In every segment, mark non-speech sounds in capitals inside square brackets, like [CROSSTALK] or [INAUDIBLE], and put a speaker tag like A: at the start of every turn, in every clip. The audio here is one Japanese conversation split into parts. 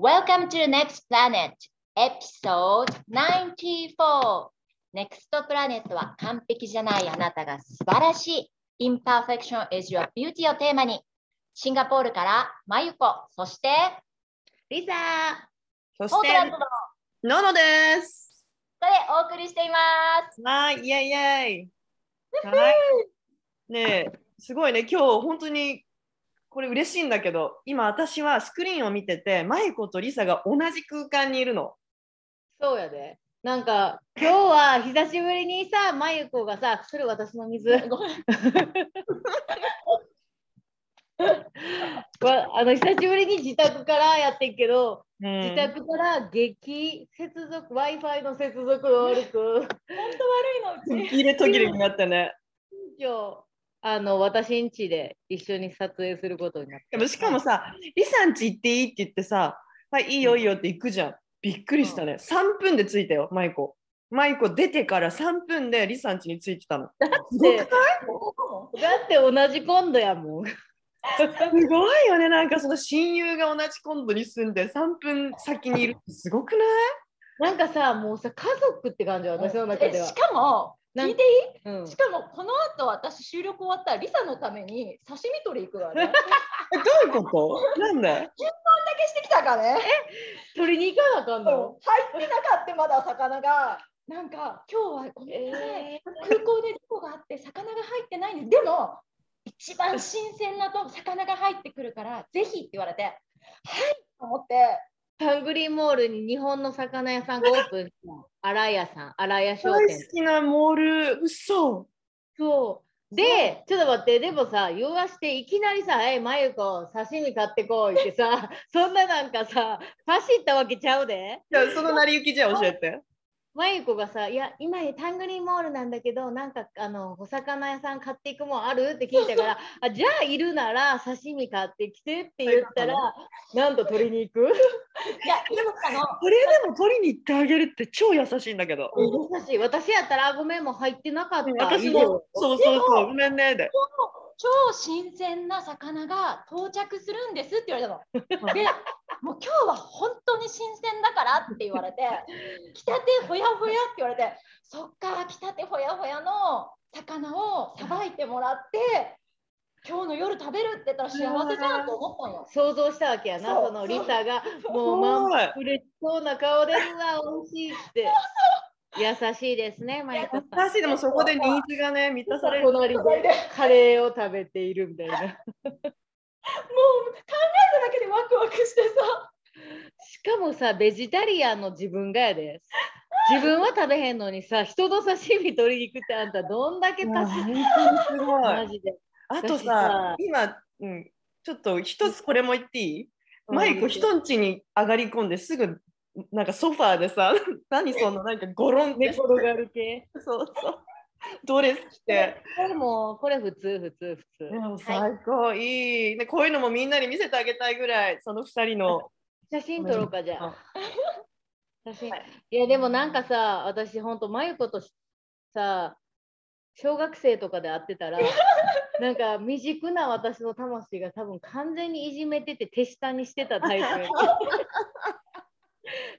A: Welcome to Next Planet Episode 94 Next Planet は完璧じゃないあなたが素晴らしい Imperfection is your beauty をテーマにシンガポールからまゆこそして
B: リサそ
A: ポ
B: し
A: ート
B: て、
A: ランドのこ
B: ノノです。
A: でお送りしています
B: はい、イェイイェイ。はい。 [LAUGHS] ねえ、すごいね、今日本当にこれ嬉しいんだけど、今私はスクリーンを見てて、マイコとリサが同じ空間にいるの。
C: そうやで。なんか今日は久しぶりにさ、まゆこがさ、それ私の
A: [LAUGHS]
C: 水。
A: ごめん
C: [LAUGHS] わあの久しぶりに自宅からやってんけど、
B: うん
C: 自宅から激接続、Wi-Fi の接続が悪く、
A: 本当悪いのうち
B: 入れ途切れになってね。
C: 以上あの私ん家で一緒に撮影することになっ
B: でもしかもさ、リサんち行っていいって言ってさ、はい、いいよいいよって行くじゃん。びっくりしたね。3分で着いたよ、マイコ。マイコ出てから3分でリサんちに着いてたの。すごくな
C: て。
B: い
C: だって同じ今度やもん。
B: すごいよね、なんかその親友が同じコンドに住んで3分先にいるってすごくない
C: なんかさ、もうさ、家族って感じ、私の中
A: え
C: では
A: し。かも
C: な
A: 聞
C: ん
A: いていい
C: うん
A: しかもこの後私収録終わったらリサのために刺身取り行く
C: [LAUGHS]
A: わね。だ
B: えどういうことなんで
A: けしてきたかね。
C: 取りに行かなあかん
A: そう
C: の
A: 入ってなかったまだ魚が。なんか今日はごめんなさい、空港で事故があって魚が入ってないんです。でも一番新鮮なと魚が入ってくるからぜひって言われてはいと思って
C: ハングリーモールに日本の魚屋さんがオープンしたの荒屋さん、荒屋商
B: 大
C: 店
B: 好。きなモール、嘘
C: そう。で、ちょっと待って、でもさ、言わして、いきなりさ、え、まゆこ、刺身買ってこいってさ、 [LAUGHS] そんななんかさ、パシったわけちゃうで。
B: じゃあその成り行きじゃあ教えて。
C: まゆこがさ、いや、今、タングリーモールなんだけど、なんか、あの、お魚屋さん買っていくもんあるって聞いた [LAUGHS] から、あじゃあ、いるなら、刺身買ってきてって言ったら、なんと取りに行く。 [LAUGHS]
A: いやでもあの
B: これでも取りに行ってあげるって超優しいんだけど。
C: 優しい。私やったら、あごめん、もう入ってなかった。
B: 私
C: いいよ
B: も、そうそうそう、ごめんねで。
A: 超新鮮な魚が到着するんですって言われたの。でもう今日は本当に新鮮だからって言わ [LAUGHS] れて来たてほやほやって言われてそっか来たてほやほやの魚をさばいてもらって今日の夜食べるって言ったら幸せじゃんと思ったのよ。
C: 想像したわけやな、
A: そう
C: そのリサがもう
B: すごい
C: 満腹嬉しそうな顔で、うわ、美味しいって。優しいですね、マイコさん。
B: 私でもそこでニーズがね、満たされる。
C: 隣でカレーを食べているみたいな。
A: もう考えただけでワクワクしてさ
C: しかもさ、ベジタリアンの自分がやで。自分は食べへんのにさ、人の刺身取りに行くってあんたどんだけ
B: い
C: パ
B: や
C: ス
B: 本当にすごい
C: マ。ジで。
B: あと
C: 私
B: さ
C: さ、
B: 今、うん、ちょっと一つこれも言っていい、
C: うん
B: マイコ、人んちに上がり込んですぐ、なんかソファーでさ、 [LAUGHS] 何そのなんかゴロン [LAUGHS] って、
C: 猫転がる系。
B: そうそう、ドレス着て、
C: これもう、これ普通、普通、普通
B: で。も最高、いい、ね、こういうのもみんなに見せてあげたいぐらい、その二人 [LAUGHS] の。
C: 写真撮ろうか、じゃあ。
B: あ
C: 写真
B: はい
C: いやでもなんかさ私ほんとまゆことしさ小学生とかで会って
B: [LAUGHS]
C: たらなんか未熟な私の魂が多分完全にいじめてて手下にしてたタイプ [LAUGHS]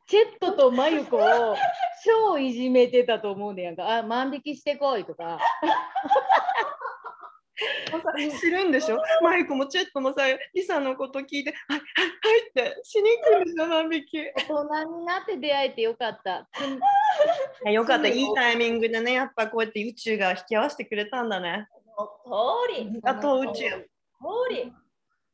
C: チェットとまゆこを超いじめてたと思うねやんかあ万引きしてこいとか
B: するんでしょマイコもチェットもさ、リサのこと聞いて、はいはいはいって、しに行くんでしょ、万引き。い
C: 大人になって出会えてよかったつん
B: やよかった、いいタイミングでね、やっぱこうやって宇宙が引き合わせてくれたんだね。
A: その通り
B: あと宇宙。
A: 通り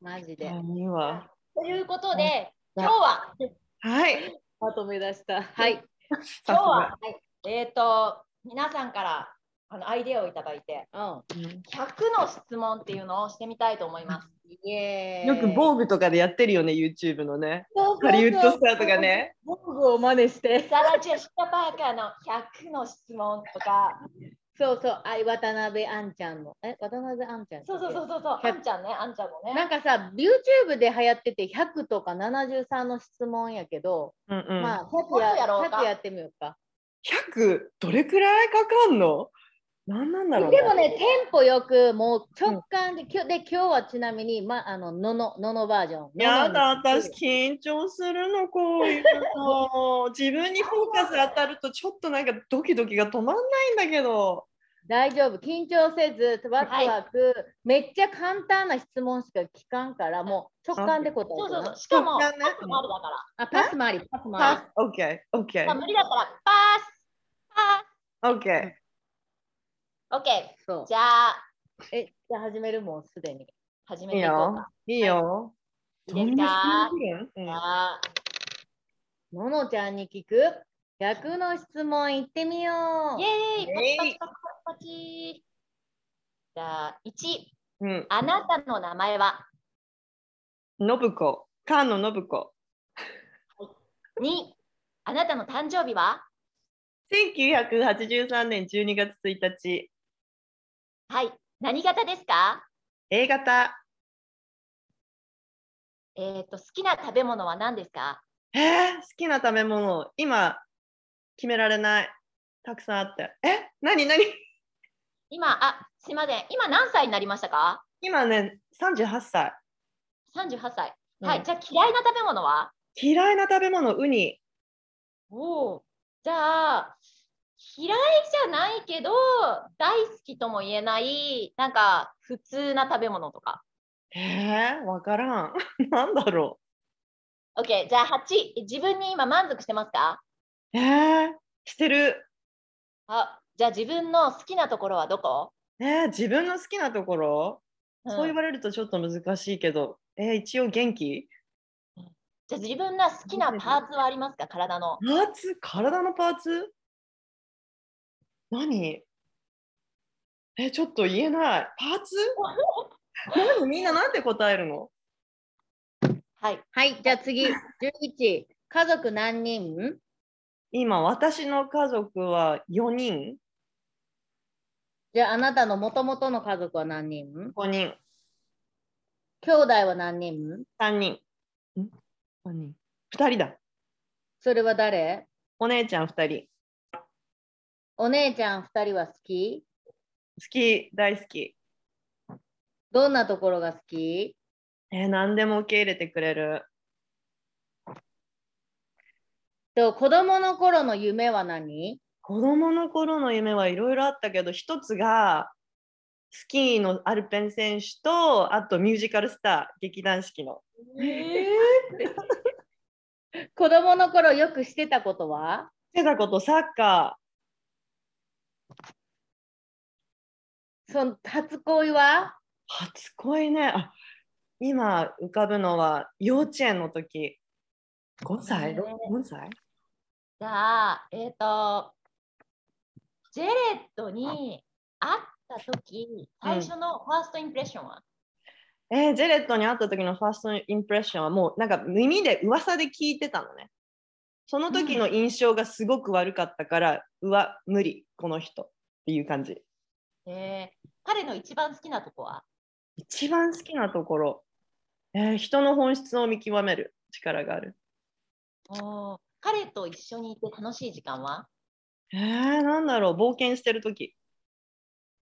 C: マジで
B: いいわ。
A: ということで今日は
B: はい。
C: [LAUGHS] まとめ出したはい
A: 今日は、はいえっ、と皆さんからあのアイデアをいただいて
C: うん
B: さすが
A: 100の質問っていうのをしてみたいと思います。
C: イエーイ
B: よく防具とかでやってるよね、YouTube のね。
C: そうそうそ
B: ハ
C: う
B: リウッドスターとかね。
C: 防具を真似して。
A: サラ・ジェシカ・パーカーの100の質問とか、
C: そうそう、あい渡辺あんちゃんの。え、渡辺あんちゃん。
A: そうそうそう。そうそう、あんちゃんね、あんちゃんも
C: な
A: ね。
C: んかさ、YouTube で流行ってて100とか73の質問やけど、
B: うんうん
C: まあ100や
A: 100やろうか
C: 100やってみようか。
B: 100、どれくらいかかんの何なんだろうね
C: でもね、テンポよく、もう直感で、きょで今日はちなみに、ま、あの、のの、ののバージョン。
B: やだ、
C: ののに
B: 私緊張するの、こういうの。 [LAUGHS] 自分にフォーカス当たると、ちょっとなんかドキドキが止まんないんだけど。
C: 大丈夫、緊張せず、ワクワク、めっちゃ簡単な質問しか聞かんから、もう直感で答え
A: そう
C: て
A: そ
C: な
A: うそう。しかも、
B: そう
A: パ
B: だ
A: ス
B: ね
A: もあるだから。
C: あ、パスもあり、パスもあり。
B: あ、オッケー、オッケ
A: まあ、
B: ー、
A: 無理だったら、パス、
B: オッケ
A: パス。オッケ
C: そう
A: ー。。じゃあ、
C: え、じゃあ始めるもん、すでに。
A: 始
B: ー。
A: め
B: いい
A: ていこう
B: よ
A: か。。
B: いいよ。
A: いいですか
B: どんな質問来る
A: じゃ
B: んうん
A: あ、
C: ののちゃんに聞く逆の質問行ってみよう。
A: イェーイパチ
B: イェイ
A: パチパチパチパチじゃあ、1、
B: うん。
A: あなたの名前は
B: 信子。菅野信子。
A: ?2、あなたの誕生日は
B: 1983年12月1日、
A: はい。何型ですか
B: A 型。
A: えっ、と、好きな食べ物は何ですか
B: えー、好きな食べ物、今、決められない。たくさんあって。え、なになに
A: 今、あ、すいません。今何歳になりましたか
B: 今ね、38歳。
A: ?38 歳。はい。
B: うん
A: じゃあ、嫌いな食べ物は
B: 嫌いな食べ物、ウニ。
A: おお。じゃあ、嫌いじゃないけど、大好きとも言えない、なんか、普通な食べ物とか。
B: えー、わからん。 [LAUGHS] なんだろ
A: OK。じゃあ、8、自分に今満足してますか
B: う。えー、してる。
A: あ、じゃあ、自分の好きなところはどこ、
B: えー、自分の好きなところ、
A: うん
B: そう言われるとちょっと難しいけど、えー、一応元気
A: じゃあ、自分の好きなパーツはありますか体の。
B: パーツ体のパーツ何え、ちょっと言えない。パーツ何みんななんて答えるの
A: はい。
C: はい、じゃあ次、11。家族何人
B: 今、私の家族は4人
C: じゃああなたのもともとの家族は何人
B: ?5 人。
C: 兄弟は何人
B: 3人。ん ?5 人。2人だ。
C: それは誰
B: お姉ちゃん2人。
C: お姉ちゃん2人は好き
B: 好き、大好き。
C: どんなところが好き
B: えー何でも受け入れてくれる。
C: と子供の頃の夢は何
B: 子供の頃の夢はいろいろあったけど、一つがスキーのアルペン選手と、あとミュージカルスター、劇団四季の。
A: え
C: [LAUGHS] 子供の頃よくしてたことは
B: してたこと、サッカ
C: その初恋は
B: ー、初恋ね。あ今浮かぶのは幼稚園の時。5歳 ?4 歳
A: じゃあ、えっ、と、ジェレットに会った時最初のファーストインプレッションは、
B: えージェレットに会った時のファーストインプレッションはもうなんか耳で噂で聞いてたのね。その時の印象がすごく悪かったから、うわ、無理、この人っていう感じ。
A: えー彼の一番好きなとこは
B: 一番好きなところ、えー人の本質を見極める力がある。
A: おー彼と一緒にいて楽しい時間は
B: えー、なんだろう、冒険してる時。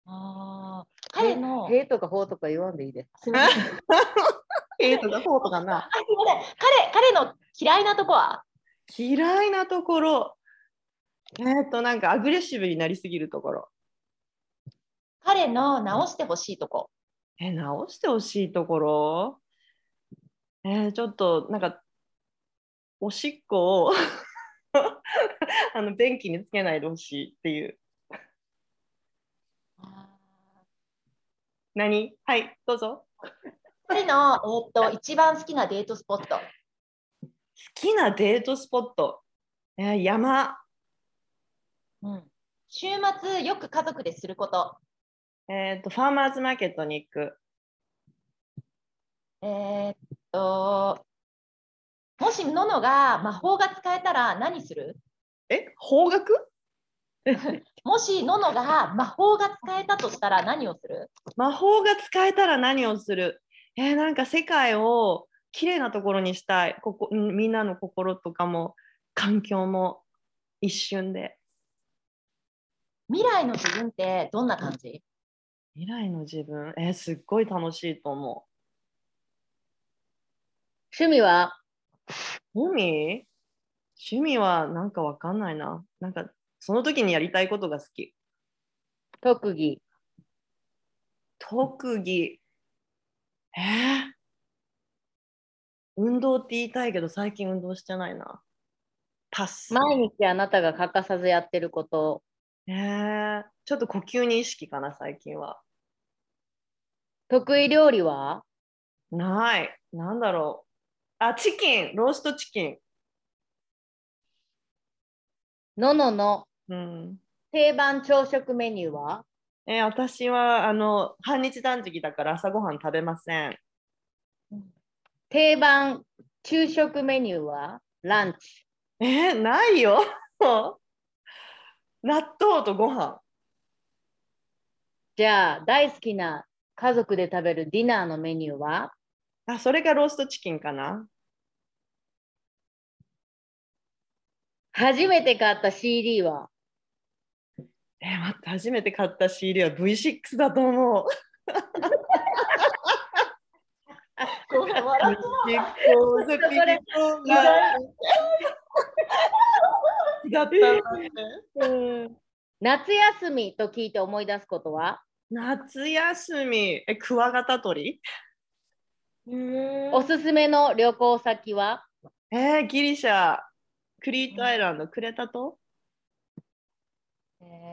A: あー彼の
C: へとかほうとか言わんでいいです。 [LAUGHS]
A: すみませんすい
B: えとかこうとか
A: ま
B: な。
A: せん彼彼の嫌いなとこは
B: 嫌いなところ、えっ、と、なんかアグレッシブになりすぎるところ、
A: 彼の直してほしいとこ
B: えー直してほしいところ、えーちょっとなんか、おしっこを [LAUGHS] あの便器につけないでほしいっていう。何はい、どうぞ。
A: 彼の、えー、と一番好きなデートスポット
B: 好きなデートスポット、えー山、
A: うん週末よく家族ですること、
B: えーと、ファーマーズマーケットに行く。
A: えーっと、もしののが魔法が使えたら何する
B: え、方角
A: もしののが魔法が使えたとしたら何をする
B: 魔法が使えたら何をするえーなんか世界を綺麗なところにしたいここ。んみんなの心とかも、環境も一瞬で。
A: 未来の自分ってどんな感じ
B: 未来の自分、えーすっごい楽しいと思
C: 趣味は
B: う。趣味趣味はなんかわかんないな。なんかその時にやりたいことが好き。
C: 特技。
B: 特技。えー運動って言いたいけど最近運動してないな。パス。
C: 毎日あなたが欠かさずやってること。
B: えーちょっと呼吸に意識かな、最近は。
C: 得意料理は
B: ない。なんだろう。あ、チキン、ローストチキン。
C: ののの
B: うん。
C: 定番朝食メニューは
B: えー私は、あの、半日断食だから朝ごはん食べません。
C: 定番昼食メニューはランチ。
B: えーないよ。 [LAUGHS] 納豆とご飯。
C: じゃあ大好きな家族で食べるディナーのメニューは
B: あ、それがローストチキンかな。
C: 初めて買った CD は
B: えー待って、初めて買った CD は V6 だと思う。
C: [LAUGHS]
A: ごめん笑っちゃう
B: 結構、
C: とこれ
B: [LAUGHS] だったな
C: 夏休みと聞いて思い出すことは
B: 夏休み、え、クワガタ鳥
C: おすすめの旅行先は
B: えーギリシャ、クリートアイランド、クレタ島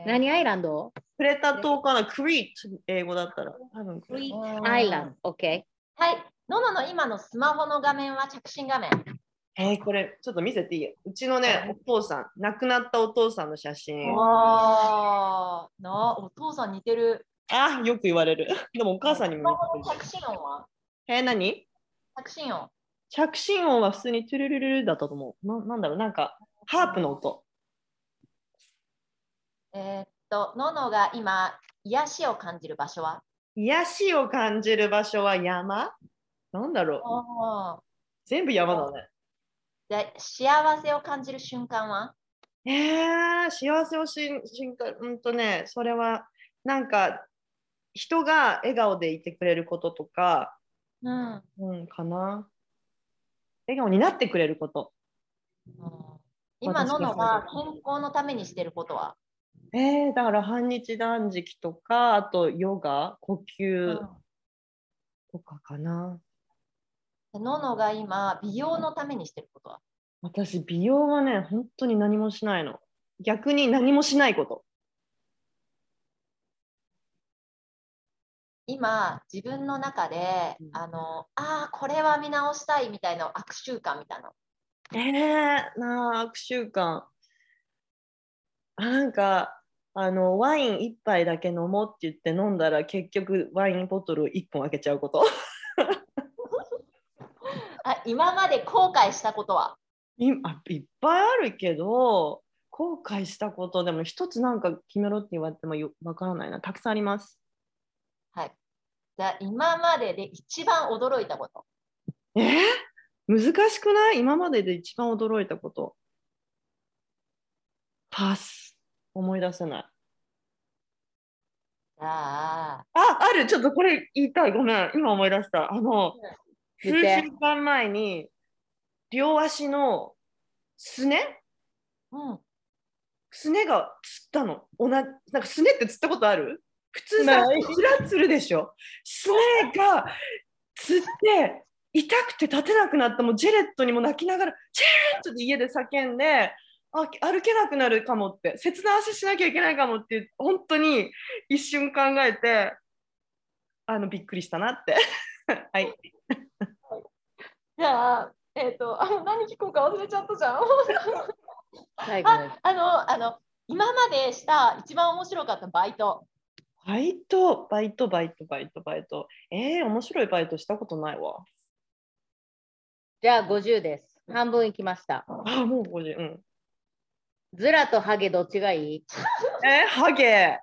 C: 何アイランド
B: クレタ島かなクリート、英語だったら。多分クリート。
C: アイランド。OK。
A: はい。ののの今のスマホの画面は着信画面。
B: えーこれ、ちょっと見せていいいうちのね、お父さん、亡くなったお父さんの写真。
A: あーなあ、お父さん似てる。
B: あ、よく言われる。 [LAUGHS] でもお母さんにも似てる。
A: 着信音は
B: えー何
A: 着信音。
B: 着信音は普通にトゥルルルルだったと思う。ななんだろう、なんか、ハープの音。
A: えーっと、ののが今、癒しを感じる場所は
B: 癒しを感じる場所は山なんだろう
A: おー
B: 全部山だね。
A: で幸せを感じる瞬間は
B: えー、幸せをしんしんか、うんとね、それはなんか人が笑顔でいてくれることとか、
A: うん。うん
B: うん、かな。笑顔になってくれること。
A: 今、
B: 私が
A: ののが健康のためにしてることは、
B: えー、だから半日断食とか、あとヨガ、呼吸とかかな。
A: でののが今、美容のためにしてることは
B: 私、美容はね、本当に何もしないの。逆に何もしないこと。
A: 今、自分の中で、あの、ああ、これは見直したいみたいな悪習慣みたいなの。
B: ええなあ、悪習慣。あなんか、あの、ワイン一杯だけ飲もうって言って飲んだら、結局ワインボトル一本開けちゃうこと。 [LAUGHS]
A: あ今まで後悔したことはい
B: あいっぱいあるけど、後悔したこと、でも一つなんか決めろって言われてもよわからないな。たくさんあります。
A: はい。じゃあ今までで一番驚いたこと。
B: えー難しくない今までで一番驚いたこと。パス。思い出せない。
A: じゃあ、
B: あ、ある、ちょっとこれ言いたい、ごめん、今思い出した。あの、数
C: 言って
B: 週間前に、両足のすね
A: うん。
B: すねがつったの。おななんかすねってつったことある普通さ
C: ない、
B: つらつるでしょ。すねがつって、痛くて立てなくなった、もうジェレットにも泣きながら、チェーンちょっと家で叫んで、あ歩けなくなるかもって、切断足しなきゃいけないかもって、本当に一瞬考えて、あのびっくりしたなって。 [LAUGHS] はい。
A: じゃあ、えっ、と、あの何聞こうか忘れちゃったじゃん。
C: 最後です
A: あ、あの、あの、今までした一番面白かったバイト。
B: バイト、バイト、バイト、バイト、バイト。えー、面白いバイトしたことないわ。
C: じゃあ50です。半分いきました。
B: あ、もう50。うん。
C: ズラとハゲどっちがいい
B: えー、ハゲ。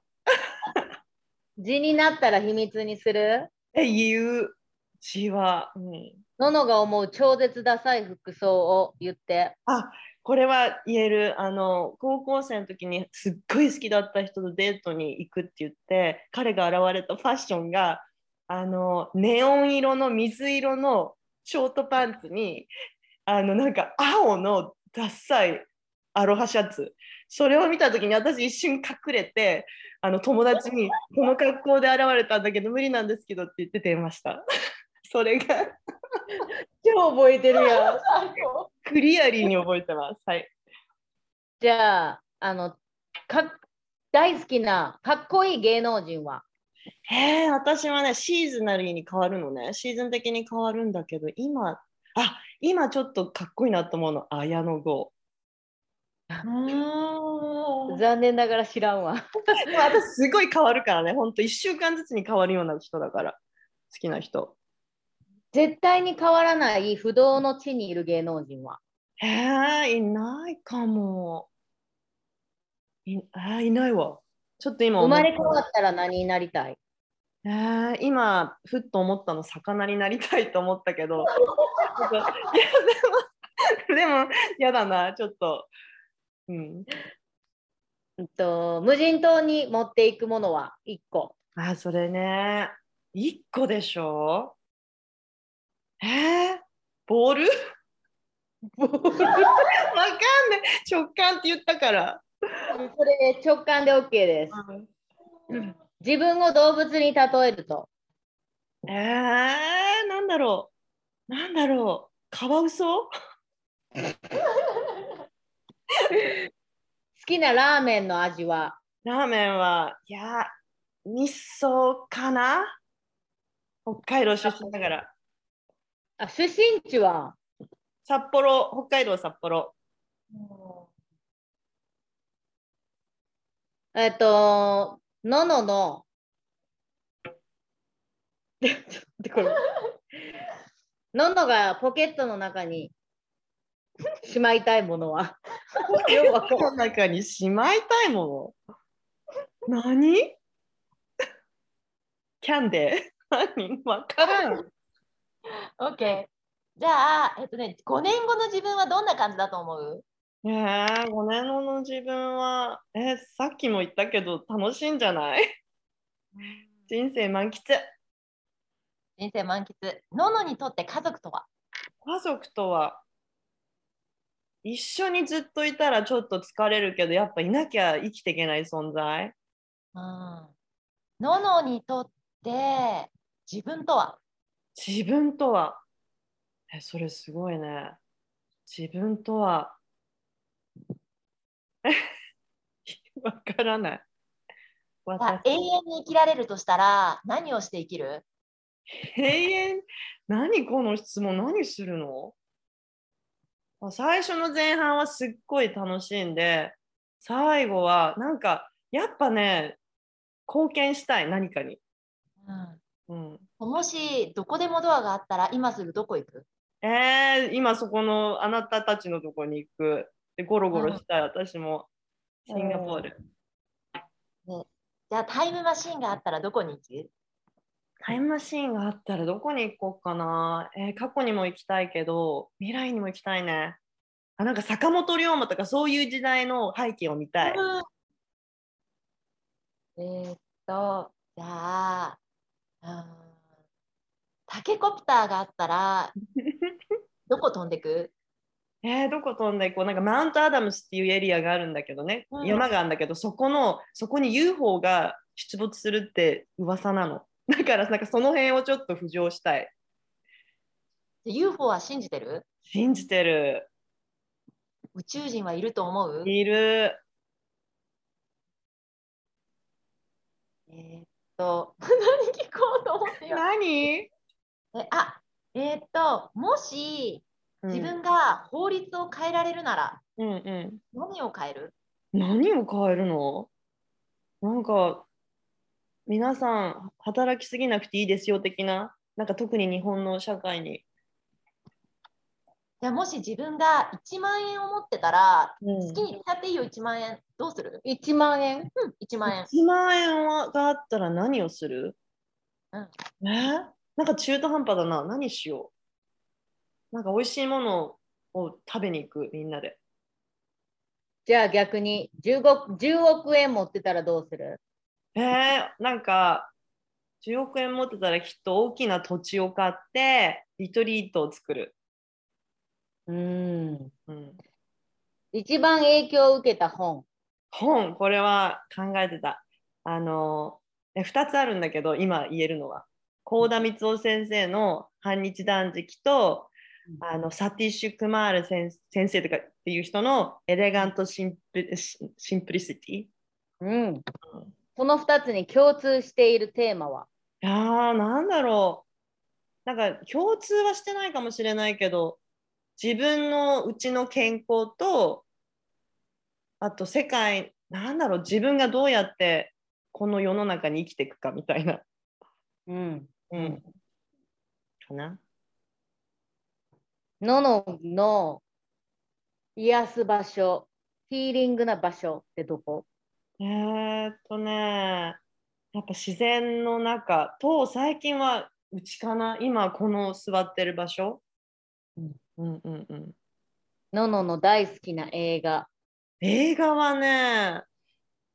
C: 字になったら秘密にする
B: え、言う。血は。うん。
C: ののが思う超絶ダサい服装を言って。
B: これは言えるあの高校生の時にすっごい好きだった人とデートに行くって言って彼が現れたファッションがあのネオン色の水色のショートパンツにあのなんか青のダッサいアロハシャツそれを見た時に私一瞬隠れてあの友達に「この格好で現れたんだけど無理なんですけど」って言って電話した [LAUGHS] それが
C: [LAUGHS] 超覚えてるやん。
B: [LAUGHS] クリアリーに覚えてますはい
C: じゃあ、あの、か大好きなかっこいい芸能人は
B: へえ、私はね、シーズナリーに変わるのね。シーズン的に変わるんだけど、今、あ、今ちょっとかっこいいなと思うの、綾野剛。 [LAUGHS]
A: うん
C: 残念ながら知らんわ。
B: でも私すごい変わるからね、ほんと1週間ずつに変わるような人だから、好きな人。
C: 絶対に変わらない不動の地にいる芸能人は
B: へえ、いないかも。い、あー、いないわ。ちょっと今
C: 生
B: 思っ
C: まれ変わったら何になりたい
B: えー今ふっと思ったの魚になりたいと思ったけどちょっといやでもでも [LAUGHS] 嫌だなちょっと、うん、
C: うんと無人島に持っていくものは1個。
B: あそれね1個でしょえー、ボールわかんない直感って言ったから、
C: それ直感で OK です。自分を動物に例えると。
B: えー、なんだろうなんだろうカワウソ
C: 好きなラーメンの味は
B: ラーメンは、いや、味噌かな北海道出身だから。
C: あ出身地は
B: 札幌、北海道札幌。
C: えっと、ののの。 [LAUGHS] で、ちょっと待ってこれ。ののがポケットの中にしまいたいものは。ようわかんない
B: この中にしまいたいもの。何キャンデー何わからん。
A: オッケー。じゃあ、えっとね、5年後の自分はどんな感じだと思う
B: ねえ、5年後の自分は、え、さっきも言ったけど、楽しいんじゃない人生満喫。
A: 人生満喫。ののにとって家族とは
B: 家族とは一緒にずっといたらちょっと疲れるけどやっぱいなきゃ生きていけない存在
A: うん。ののにとって自分とは
B: 自分とはえそれすごいね自分とは [LAUGHS] えわからない
A: さ
B: 私
A: 永遠に生きられるとしたら何をして生きる
B: 永遠何この質問何するのあ最初の前半はすっごい楽しんで最後はなんかやっぱね貢献したい何かに、うん、
A: もしどこでもドアがあったら今すぐどこ行く
B: えー、今そこのあなたたちのとこに行くでゴロゴロしたい、私もシンガポール、
A: じゃあタイムマシンがあったらどこに行く
B: タイムマシーンがあったらどこに行こうかな、えー過去にも行きたいけど未来にも行きたいねあなんか坂本龍馬とかそういう時代の背景を見たい、
A: えーっと、じゃあ、うーんタケコプターがあった
B: [LAUGHS]
A: ら、どこ飛んでく
B: えーどこ飛んでいこうなんかマウントアダムスっていうエリアがあるんだけどね、
A: うん
B: 山があるんだけどそこのそこに UFO が出没するって噂なの [LAUGHS] だからなんかその辺をちょっと浮上したい
A: ?UFO は信じてる
B: 信じてる
A: 宇宙人はいると思う、
B: いる
A: えーっと、 [LAUGHS] 何聞こうと思ってよ。
B: 何、
A: えあ、えーっと、もし
B: うん、
A: 自分が法律を変えられるなら、
B: うんう
A: 何を変える
B: ん何を変えるのなんか皆さん働きすぎなくていいですよ的ななんか特に日本の社会に、
A: じゃあもし自分が1万円を持ってたら、
B: う
A: 好きに使っていいよ、1万円。どうする
C: 1万円
A: うん、1万円。
B: 1万円はがあったら何をする、
A: うん
B: えーなんか中途半端だな。何しよなんか美味しいものを食べに行くみんなで。
C: じゃあ逆に15 10億円持ってたらどうする
B: えー、なんか10億円持ってたらきっと大きな土地を買ってリトリートを作る。
C: うん
B: うん、
C: 一番影響を受けた本。
B: 本これは考えてた。あのえ2つあるんだけど今言えるのは幸田光夫先生の「反日断食と」
C: うん
B: あのサティッシュ・クマール先先生とかっていう人の「エレガントシンプシン・シンプリシティ」
C: うん。その2つに共通しているテーマは。
B: いやー、なんだろう。なんか共通はしてないかもしれないけど、自分のうちの健康と、あと世界、なんだろう、自分がどうやってこの世の中に生きていくかみたいな。
C: うん。
B: うん。かな。
C: ののの癒す場所、ヒーリングな場所ってどこ
B: えーっとね、やっぱ自然の中と、最近はうちかな、今この座ってる場所。
C: うん
B: うんうんうん。
C: ののの大好きな映画。
B: 映画はね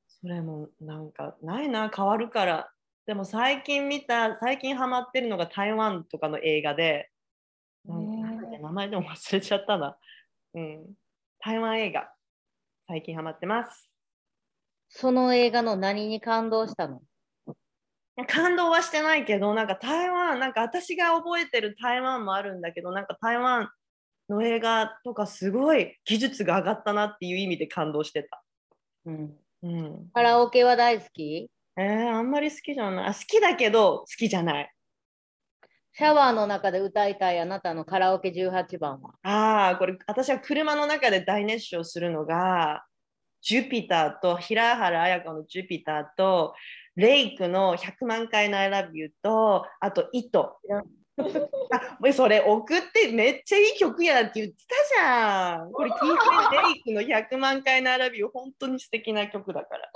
B: それもなんかないな変わるからでも最近見た最近ハマってるのが台湾とかの映画でなんなんだっけ名前でも忘れちゃったな、うん、台湾映画最近ハマってます
C: その映画の何に感動したの
B: 感動はしてないけどなんか台湾なんか私が覚えてる台湾もあるんだけどなんか台湾の映画とかすごい技術が上がったなっていう意味で感動してた、
C: うん。
B: うん、
C: カラオケは大好き
B: えー、あんまり好きじゃない。あ好きだけど好きじゃない。
C: シャワーの中で歌いたいあなたのカラオケ18番は。
B: ああ、これ私は車の中で大熱唱するのが、ジュピターと平原綾香のジュピターと、レイクの100万回の I love you と、あと糸。あもうそれ送ってめっちゃいい曲やって言ってたじゃん。これ聞いて、レイクの100万回の I love you 本当に素敵な曲だから。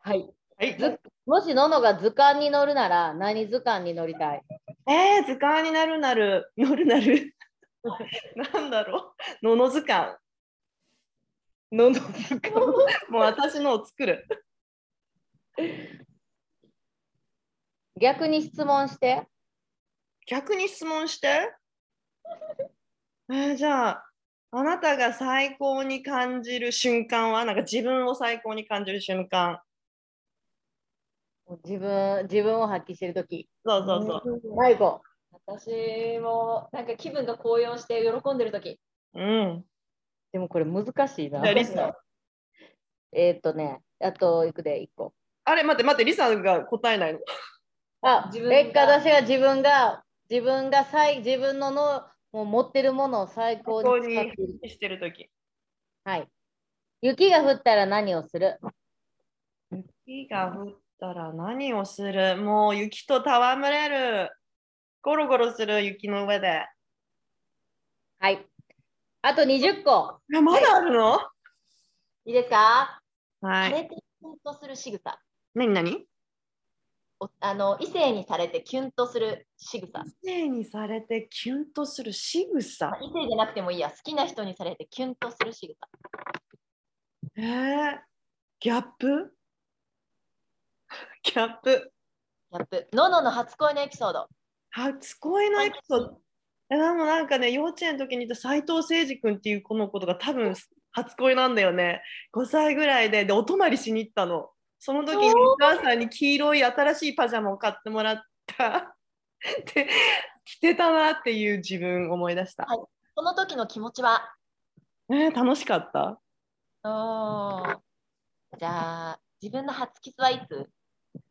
C: はい。
B: はい、
C: ずもしののが図鑑に乗るなら何図鑑に乗りたい
B: えー、図鑑になるなる、 [LAUGHS] 乗るなる。なんだろう。のの図鑑。
C: のの図鑑
B: もう私のを作る。
C: 逆に質問して。
B: 逆に質問して。えーじゃあ、あなたが最高に感じる瞬間は、なんか自分を最高に感じる瞬間。
C: 自分自分を発揮してるとき。
B: そうそうそう。
C: マイコ。
A: 私もなんか気分が高揚して喜んでる時
B: うん。
C: でもこれ難しいな
B: じゃ。あ、リサ。
C: えーっとね、あといくで1個。
B: あれ、待って待って、リサが答えないの。
C: あ、
A: 自分が
C: えっか、私が自分が自分が最自分ののもう持ってるものを最高に使っている。
B: してるとき。
C: はい。雪が降ったら何をする
B: 雪が降ったら何をするもう雪と戯れる。ゴロゴロする雪の上で。
C: はい。あと20個。
B: えまだあるの
A: いいですか、さ
B: はい。
A: れてキュンとする仕草
B: 何何
A: おあの異性にされてキュンとする仕草
B: 性にされてキュンとする仕草。
A: 異性じゃなくてもいいや好きな人にされてキュンとする仕草
B: えー、ギャップ [LAUGHS] ギャップ。
A: ギャップののの初恋のエピソード
B: 初恋のエピソード。えでもなんかね、幼稚園の時にいた斎藤誠司君っていう子のことが多分初恋なんだよね。5歳ぐらいで、で、お泊まりしに行ったの。その時にお母さんに黄色い新しいパジャマを買ってもらった。で、着てたなっていう自分思い出した。
A: はこの時の気持ちは
B: えー楽しかった
A: おじゃあ自分の初キスはいつ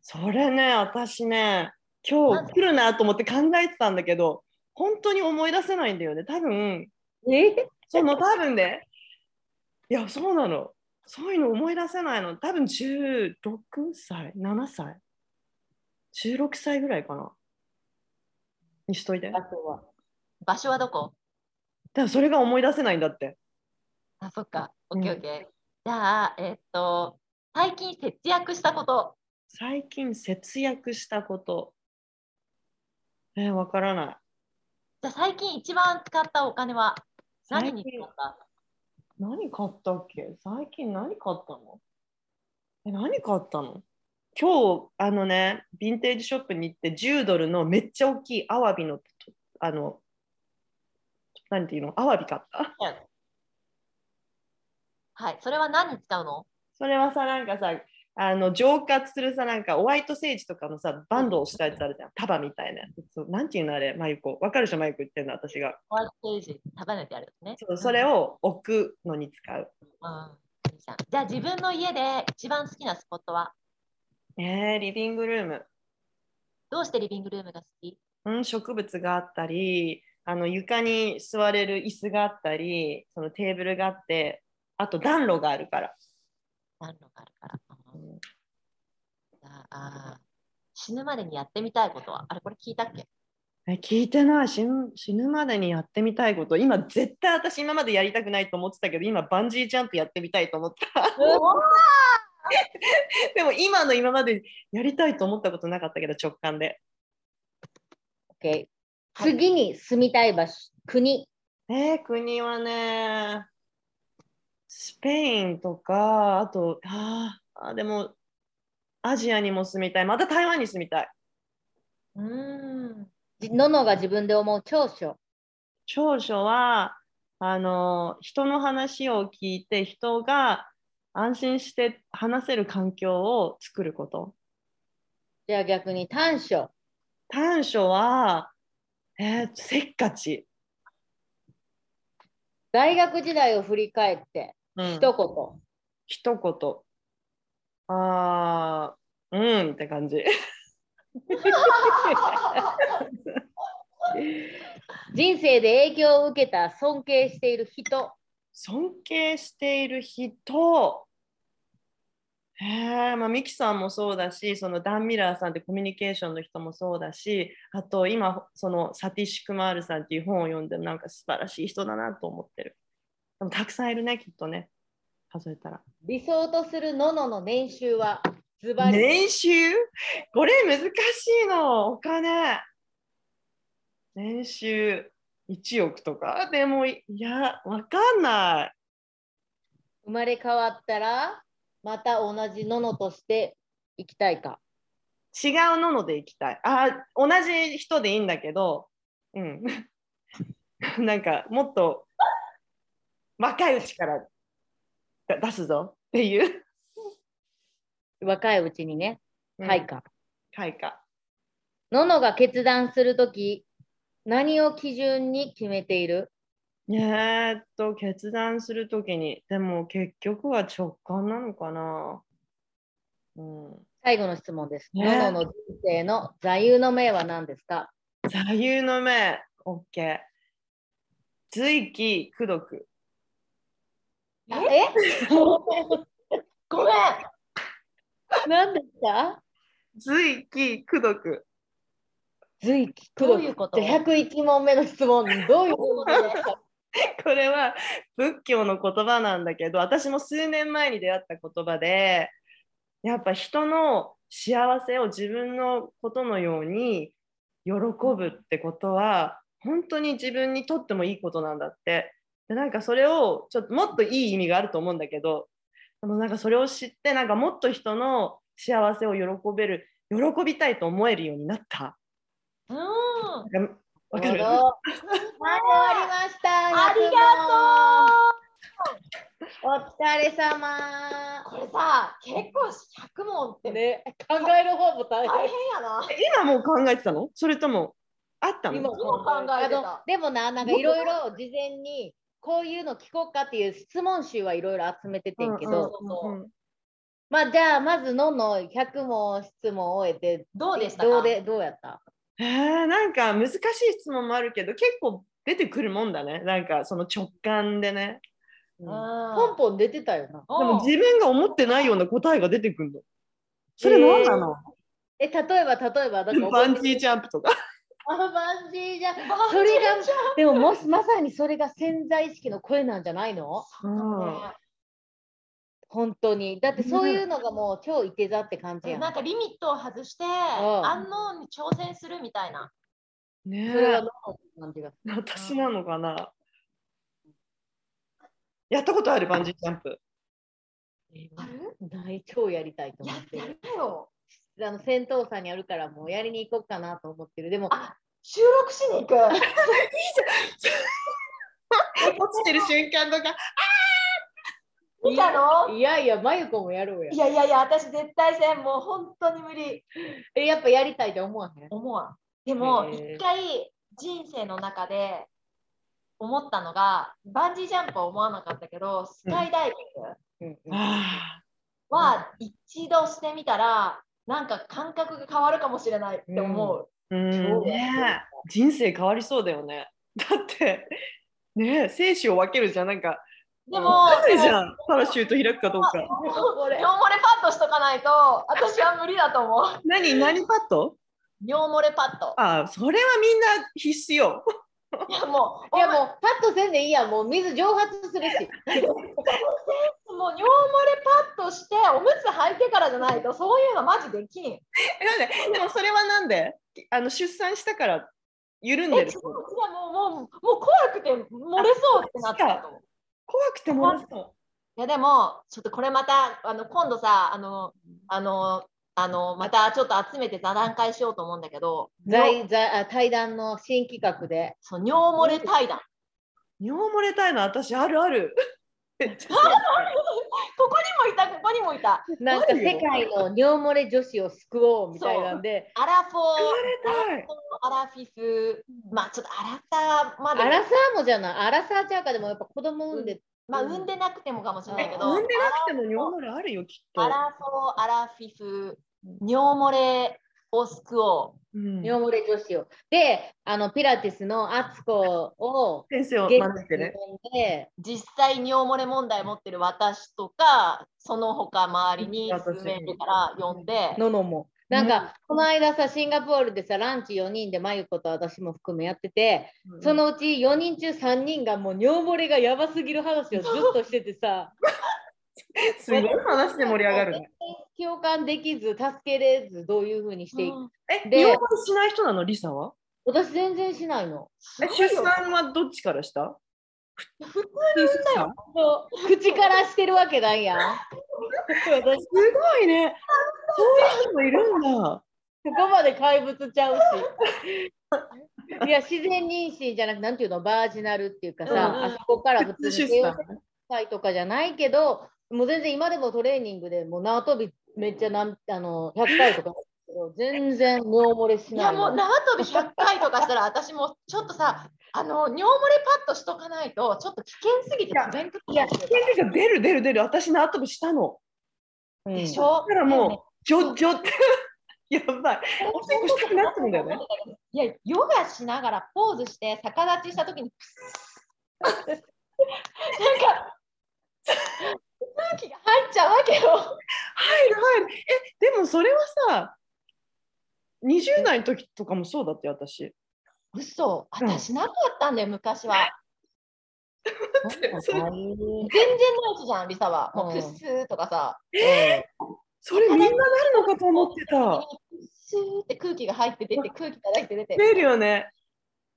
B: それね、私ね、今日来るなと思って考えてたんだけど、本当に思い出せないんだよね。多分、
C: え
B: その多分ね、いや、そうなの。そういうの思い出せないの。多分16歳、7歳、16歳ぐらいかな。にしといて。
C: あとは。
A: 場所はどこ
B: でもそれが思い出せないんだって。
A: あそっか
B: う
A: オッ
B: ん
A: ケーオッケー、じゃあえっと最近節約したこと
B: 最近節約したこと。えーわからない。
A: じゃあ最近一番使ったお金は何に使った
B: 何買ったっけ最近何買ったのえ何買ったの今日あのねヴィンテージショップに行って10ドルのめっちゃ大きいアワビのあの何ていうのアワビ買った [LAUGHS]
A: はい、それは何に使うの
B: それはさなんかさあの浄化するさなんかホワイトセージとかのさバンドをしたやつあるじゃん束みたいなやつそうなんていうのあれマユコわかるでしょマユコ言ってんの私が
A: ホワイトページ束ねてあるやつね。
B: そうそれ
A: を、
B: を置くのに使う
A: うんいいじゃんじゃあ自分の家で一番好きなスポットは
B: えー、リビングルーム
A: どうしてリビングルームが好き
B: うん、植物があったりあの床に座れる椅子があったりそのテーブルがあってあと暖炉があるから、
A: 暖炉があるから。うんじゃああー死ぬまでにやってみたいことはあれこれ聞いたっけ
B: え聞いてない死ぬ死ぬまでにやってみたいこと今絶対私今までやりたくないと思ってたけど今バンジージャンプやって [LAUGHS] みたいと思ったでも今の今までやりたいと思ったことなかったけど直感で
C: OK
A: はい
C: 次に住みたい場所、国。
B: えー国はねスペインとかあとあーあーでもアジアにも住みたいまた台湾に住みたい
A: うーん。
C: じののが自分で思う長所。
B: 長所はあの人の話を聞いて人が安心して話せる環境を作ること
C: じゃあ逆に短所。
B: 短所は、えーせっかち、
C: 大学時代を振り返って、
B: うん
C: 一言。
B: 一言あーうんって感じ
C: 人生で影響を受けた尊敬している人。
B: 尊敬している人へえまあ、ミキさんもそうだしそのダン・ミラーさんってコミュニケーションの人もそうだしあと今そのサティシュクマールさんっていう本を読んでなんか素晴らしい人だなと思ってるでもたくさんいるねきっとね数えたら
C: 理想とするののの年収はズバリ、
B: 年収これ難しいのお金年収1億とかでもいいやわかんない
C: 生まれ変わったらまた同じののとして生きたいか。
B: 違うのので行きたい。あ同じ人でいいんだけど、うん。 [LAUGHS] なんかもっと若いうちからだ出すぞっていう。
C: 若いうちにね、はい。か。
B: はいか。
C: ののが決断するとき、何を基準に決めている
B: えーっと、決断するときに、でも結局は直感なのかな。うん。
C: 最後の質問です。
B: ね
C: ののの人生の座右の銘は何ですか
B: 座右の銘、OK。随気、功徳。
A: え
C: え
A: ごめん
C: 何ですか
B: 随気、功徳。
C: 随気
A: どういうこと
C: じゃあ101問目の質問、どういうことですか
B: [LAUGHS] これは仏教の言葉なんだけど私も数年前に出会った言葉でやっぱ人の幸せを自分のことのように喜ぶってことは本当に自分にとってもいいことなんだってでなんかそれをちょっともっといい意味があると思うんだけどでもなんかそれを知ってなんかもっと人の幸せを喜べる喜びたいと思えるようになった。
A: うーん
B: なんかわかる
C: なるほど終わりました。
A: あり
C: と
A: が
C: お疲れ様。
A: とうこれさ、結構100問って
C: ね、考える方も大
A: 大変やな。
B: 今もう考えてたのそれともあったの
C: 今
A: 考えてた
C: あのでもな、なんかいろいろ事前にこういうの聞こうかっていう質問集はいろいろ集めててんけど、
B: うんうんうん
C: まあじゃあまずのんのん100問質問を終えて、
A: どうでしたか
C: どうでどうやった
B: えーなんか難しい質問もあるけど結構出てくるもんだねなんかその直感でね、
A: う
B: うんん
C: ポンポン出てたよな。
B: でも
A: うん
B: 自分が思ってないような答えが出てくるのそれ何なの、
C: え、例えば例えば、だから
B: バンジージャンプとか
C: あバンジーじゃん。
A: バンジー
C: それが、でももしまさにそれが潜在意識の声なんじゃないの
B: うん
C: 本当に。だってそういうのがもう超いて座って感じやん。
A: なんかリミットを外して、
C: ん
A: アンノーンに挑戦するみたいな。
B: ね
C: そ
B: え
C: れはどうなの感じが
B: 私なのかなやったことあるバンジージャンプ。
A: ある
C: 大超やりたいと思
A: や
C: っ
A: っててや
C: る。
A: るよ。
C: あの戦闘さんにあるからもうやりに行こうかなと思ってる。でも
A: あ収録しに行く。
B: 落ちてる瞬間とか。
A: [LAUGHS] 見たの
C: いやいや、まゆこもやろうや
A: い。やいやいや、私絶対せん。もう本当に無理。
C: えやっぱやりたいって思わへん。
A: 思わん。でも、
C: へー
A: 一回人生の中で思ったのが、バンジージャンプは思わなかったけど、スカイダイビング
C: うんうん
B: あ
A: は一度してみたら、なんか感覚が変わるかもしれないって思う。
B: あ、うん、ねえ人生変わりそうだよね。だって、ねえ、生死を分けるじゃん、なんか、
A: でも、
B: 分かんないじ
A: でも
B: ゃん、パラシュート開くかどうか。
C: [LAUGHS] これ
A: 尿漏れパッドしとかないと、私は無理だと思う。
B: 何、何パッド
A: 尿漏れパッド。
B: ああ、それはみんな必須よ。
A: いやもう、
C: いやもうパッとせんでいいやんもう水蒸発するし。
A: もう尿漏れパッとしておむつ履いてからじゃないとそういうのマジできん。え
B: えなんで、でもそれはなんであの出産したから緩ん
A: 違う
B: で
A: 違
B: る
A: うもうもうもう怖くて漏れそうってなったと思う。
B: 怖くてもらそう。
A: いやでもちょっとこれまたあの今度さあのあのあのまたちょっと集めて座談会しようと思うんだけど
C: 在在あ対談の新企画で。
A: そう尿漏れ対談。
B: 尿漏れたいの私あるある。めっちゃ
A: ここにもいたここにもいた。
C: なんか世界の尿漏れ女子を救おうみたいなんで、
A: アラフォー
B: 漏れたい。
A: アラフィフまあちょっとアラサーま
C: ア
A: で
C: ラサーもじゃない、アラサーちゃうかでもやっぱ子供産んで、
A: まあ産んでなくてもかもしれないけど。
B: 産んでなくても尿漏れあるよきっと
A: ア。ラフォー、アラフィフ、尿漏れを救お
B: うん
C: 尿漏れ女子を。で、あのピラティスのアツコを
B: 先生を
C: ゲス
B: 招い
C: ト
B: て
C: に
B: ね。
C: 呼んで、
A: う。実際尿漏れ問題持ってる私とか、その他周りに数名いるから呼んで、
C: ののも。なんか、この間さ、シンガポールでさ、ランチ4人で、まゆこと私も含めやってて、そのうち4人中3人がもう尿漏れがやばすぎる話をずっとしててさ、
B: すごい話で盛り上がるね。
C: 共感できず、助けれず、どういうふうにしていく、
A: うん
B: え、
C: で
B: 尿漏れしない人なのリサは？
C: 私全然しないの。
B: え、
A: ごいよ
B: 出産はどっちからした？
A: 普通
B: 出産。
C: そう口からしてるわけなんやん。私
B: すごいね。そういう人もいるんだ。
C: ここまで怪物ちゃうし。いや自然妊娠じゃなくなんていうのバージナルっていうかさ、
A: うんうん
C: あそこから普通に
B: 出
C: 帝王
B: 産
C: 切。開とかじゃないけどもう全然今でもトレーニングでもう縄跳びめっちゃなんあの100回とかけど全然尿漏れし
A: い
C: な
A: や
C: い
A: もう縄跳び100回とかしたら、私もちょっとさ、あの尿漏れパッとしとかないと、ちょっと危険すぎて自然と
C: いや
B: 先生が出る出る出る。私の後部したの。
C: うん
A: でしょ
B: だからもうジョジ [LAUGHS] ョってやばい。おしっこしたくなってもんだよね。
A: いや、ヨガしながらポーズして逆立ちしたときに、プスッなんか、空気が入っちゃうわけよ。
B: 入る入る。え、でもそれはさ、20代の時とかもそうだって私。
A: 嘘、
B: うん
A: 私なかったんだよ、昔は。
B: それ
A: 全然ないしじゃん、リサは。もう
C: う
A: プ
C: ん
A: スーとかさ、
B: それみんななるのかと思ってた。
A: スーって空気が入って出て、空気が出て出て。
B: 出るよね。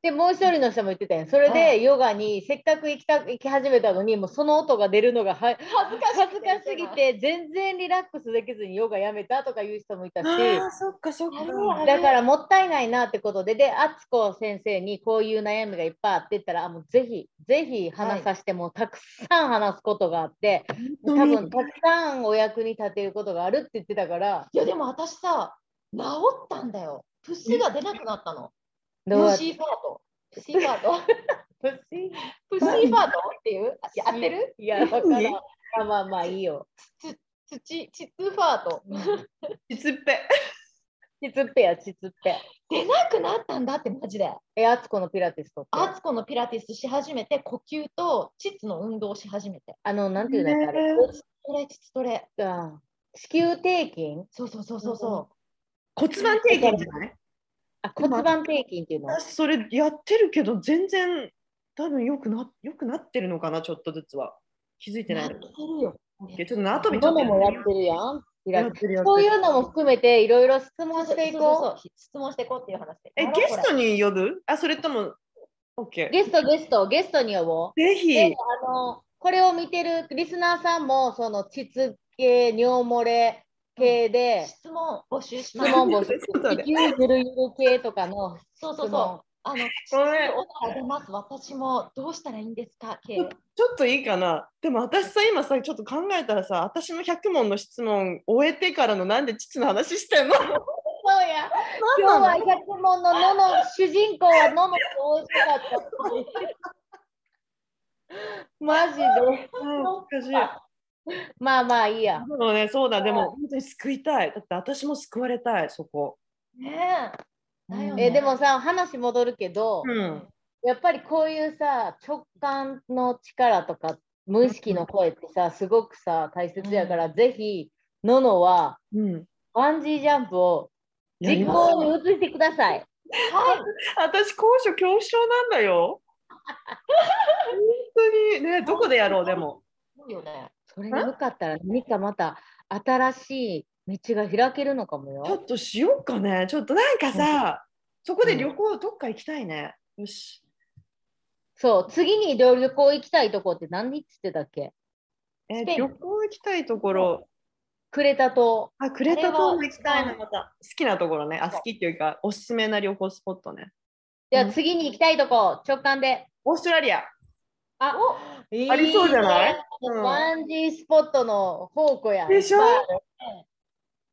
C: でもう一人の人も言ってたやんそれ
A: は
C: でヨガにせっかく行きた行き始めたのにもうその音が出るのがは
A: 恥ずかし
C: 恥ず
A: くて
C: かしすぎ。て全然リラックスできずにヨガやめたとかいう人もいたし
B: ああ、そっかそっか。
A: あ
C: だからもったいないなってことで、で、あつこ先生にこういう悩みがいっぱいあって言ったら、あもうぜひ、ぜひ話させて、もうたくさん話すことがあって、多
B: 本当
C: 分
B: に
C: たくさんお役に立てることがあるって言ってたから、
A: いや、でも私さ、治ったんだよ。プスが出なくなったの。
C: どう
A: プ
C: やっ
A: シーファート。プシーファート。
C: [LAUGHS] て
A: プシーファートっていうあ合ってる
C: いや、だから
B: 何
C: まあまあまあいいよ。
A: 土、チツファート。
B: 実っぺ。
C: ちつっぺや、ちつっぺ。
A: 出なくなったんだって、マジで。
C: え、あつこのピラティスとって。
A: アツコのピラティスし始めて、呼吸と膣の運動をし始めて。
C: あの、なんていうんだっけ、あれ
B: ね。
A: トレ、膣トレ。
C: あ子宮底筋
A: そうそうそうそうそ。
B: 骨盤底筋じゃない
C: あ骨盤底筋っていうの。
B: 私それやってるけど、全然多分よくな良くなってるのかな、ちょっとずつは。気づいうてないの。
A: やってるよ。
B: ちょっと縄跳びち
C: の
B: ょっと
C: の
B: やって
C: も
B: み
C: や
B: よう
C: ってるや
B: や
C: ん。開
B: っ
C: く。
B: てるやって
C: そうい
B: る
C: うのも含めていろいろ質問してい
A: そう
C: こ
A: そうそう質問していこうっていう話で。
B: え、
A: な
B: ゲ
A: るほど
B: ストに呼ぶあ、それとも、
C: う。
B: OK。
C: ゲストゲストゲストに呼ぼう。
B: ぜ
C: で
B: ひ、
C: あのこれを見てるリスナーさんもその膣系尿漏れ
A: こ
C: 系
A: れ
C: で
A: 質問募集し
C: 質
A: ます。
C: 問募集
B: ちょっと待って
C: 子宮ゆるゆる系とかの
A: そうそう
C: 質
A: そう
C: 問。
A: あの、
B: ごめん
A: お皿出ます。私もどうしたらいいんですか、系。
B: ちょっといいかな。でも私さ、今さ、ちょっと考えたらさ、私の100問の質問終えてからのなんで父の話してんの
C: そうや今
B: なん
C: 日
B: なの
C: は百問ののの主人公はののと美味しかった [LAUGHS] マジで
B: うんおかしい。
C: まあまあいいや
B: でもね、そうだ、でも本当に救いたい。だって私も救われたい、そこ。
A: ねえ。だよね
C: えでもさ話戻るけど、
B: うん。
C: やっぱりこういうさ直感の力とか無意識の声ってさすごくさ大切やから、ぜひののは
B: うん。
C: バンジージャンプを
B: やり
C: 実
B: ます
C: 行に移してください。
A: はい。
B: 私、高所恐怖症なんだよ。本当に。ね、どこでやろう、でも。
A: そうよね。
C: それがよかったら何かまた新しい道が開けるのかも
B: ちょ
C: よ。
B: っとしようかね。ちょっとなんかさ、そこで旅行どっか行きたいね。よし。
C: そう次に旅行行きたいとこって何っつってたっけ
B: え
A: スペイン
B: 旅行行きたいところ。
C: クレタ島。
B: あ、クレタ島も行きたい
A: あ
B: な、
A: れ
B: また。好きなところね。あ、好きっていうか、おすすめな旅行スポットね。
C: じゃあ
B: うん
C: 次に行きたいとこ直感で。
B: オーストラリア。
C: あ
B: ありそうじゃない
C: いね
B: うん
C: バンジースポットの宝庫や。
B: でしょ
C: いっぱいある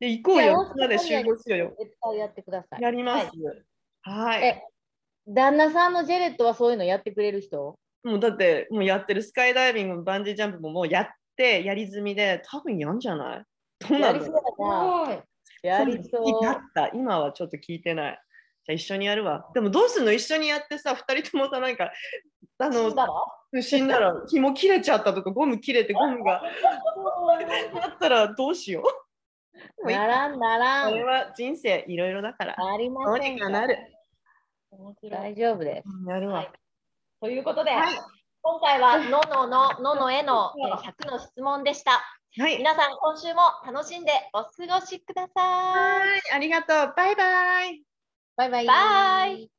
B: で行こう
C: いや
B: よ。
C: オ
B: み
C: ース
B: ん
C: ト
B: な
C: ラリア
B: で
C: に
B: 集合しようよ。
C: 絶対やってください。
B: やります。はい。
C: え旦那さんのジェレットはそういうのやってくれる人
B: もうだって、もうやってるスカイダイビングもバンジージャンプももうやって、やり済みで、多分やんじゃないどうな
C: や
B: ん
C: り
B: だ
C: そ
B: ろ
C: う
B: う
C: だな。
A: い。
C: やりそ
B: んなにな
C: う
B: っ。た。今はちょっと聞いてない。じゃあ一緒にやるわ。でもどうすんの一緒にやってさ、2人ともさ、なんか、あ
A: 死
B: の
A: ん、だろ
B: 死んだら紐切れちゃったとか、ゴム切れてゴムが、なったらどうしよう。
C: ならんなら
B: こ
C: ん。
B: れは人生いろいろだから。
C: あり
B: ど
C: ま
B: う
C: せん
B: にか
C: よ
B: なる。
A: 面白い。
C: 大丈夫です。
B: やるわ。
A: はいということで、
B: はい
A: 今回はのののののへのえー100の質問でした。
B: はい。
A: 皆さん、今週も楽しんでお過ごしください。
B: はいありがとう。バイバイ。
C: バイバイ。
A: バイ